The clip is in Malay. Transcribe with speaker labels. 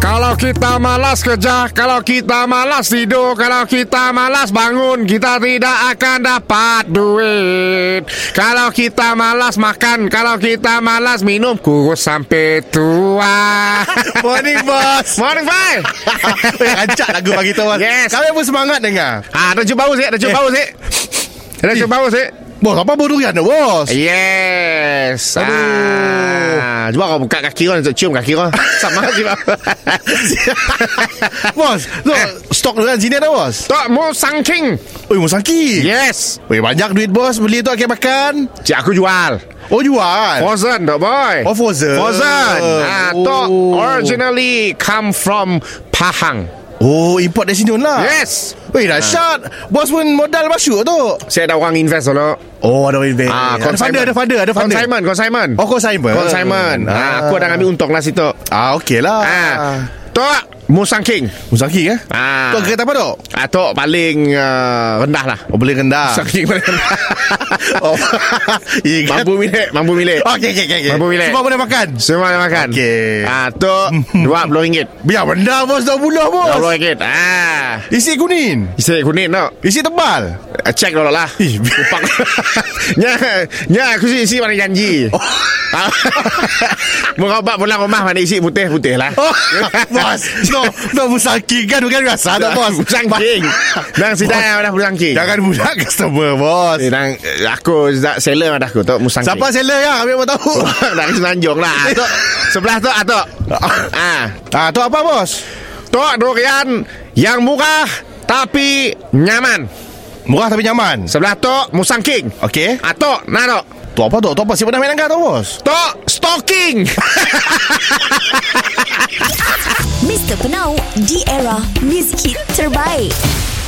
Speaker 1: Kalau kita malas kerja, kalau kita malas tidur, kalau kita malas bangun, kita tidak akan dapat duit. Kalau kita malas makan, kalau kita malas minum, kurus sampai tua.
Speaker 2: Morning bos
Speaker 1: Morning, Fai.
Speaker 2: Eh, Rancak lagu pagi tu bos
Speaker 1: Yes.
Speaker 2: Kami pun semangat dengar
Speaker 1: Ah, dah cuba bau sik, dah cuba bau sik. Dah cuba bau sik.
Speaker 2: Bos apa bau durian tu bos
Speaker 1: Yes.
Speaker 2: Aduh.
Speaker 1: Ah, cuba kau buka kaki kau untuk cium kaki kau. Sama cuba.
Speaker 2: Bos tu, Stok durian sini ada bos
Speaker 1: Tok Mu Sang King.
Speaker 2: Oi musangki
Speaker 1: Yes.
Speaker 2: Oi banyak duit bos Beli tu akhir makan
Speaker 1: Cik aku jual.
Speaker 2: Oh jual
Speaker 1: Frozen tak boy
Speaker 2: Oh, frozen.
Speaker 1: Frozen ah,
Speaker 2: Oh.
Speaker 1: Tok originally come from Pahang
Speaker 2: Oh import dari sini lah
Speaker 1: Yes
Speaker 2: Oi dahsyat Bos pun modal masuk tu
Speaker 1: Saya ada orang invest dulu Ah,
Speaker 2: Oh ada invest Ada funder Ada funder Ada funder
Speaker 1: Consignment Consignment
Speaker 2: Oh consignment
Speaker 1: Consignment ah. Aku ada ambil untung lah situ
Speaker 2: Ah okey lah
Speaker 1: ah. Tok Musang King
Speaker 2: Musangki eh
Speaker 1: Ah.
Speaker 2: Tu kereta apa tu
Speaker 1: ah, Tok paling uh, rendah lah
Speaker 2: Oh boleh rendah
Speaker 1: Musang King paling rendah
Speaker 2: Oh Ingat
Speaker 1: Mampu milik Mampu milik
Speaker 2: Okey okey okey okey.
Speaker 1: Mampu milik.
Speaker 2: Semua boleh makan
Speaker 1: Semua nak makan
Speaker 2: Okey.
Speaker 1: ah, Tok RM20
Speaker 2: Biar rendah bos Dah puluh bos
Speaker 1: RM20 ah.
Speaker 2: Isi kuning
Speaker 1: Isi kuning tak
Speaker 2: Isi tebal
Speaker 1: Uh, Check dulu lah
Speaker 2: Ih,
Speaker 1: Kupang Nya Nya aku si isi mana janji oh. Mengobak pulang rumah Mana isi putih-putih lah
Speaker 2: Oh, bos No No musaki kan Bukan biasa
Speaker 1: Ya.
Speaker 2: tak bos
Speaker 1: Sangking Nang sidang yang dah sangking
Speaker 2: Jangan budak customer bos
Speaker 1: Nang eh, Aku tak seller ada aku Tok musang
Speaker 2: Siapa seller yang Ambil mau tahu
Speaker 1: Nak ke Senanjung lah Ah, Tok Sebelah tu Atok Ah,
Speaker 2: Ah tu apa bos
Speaker 1: Tok durian Yang murah Tapi Nyaman
Speaker 2: Murah tapi nyaman
Speaker 1: Sebelah Tok Musang King
Speaker 2: Okey
Speaker 1: Atok Nak Tok
Speaker 2: Tu apa tu Tu apa Siapa dah main angkat tu bos
Speaker 1: Tok Stalking
Speaker 3: Mr. Penau, di era music hit terbaik.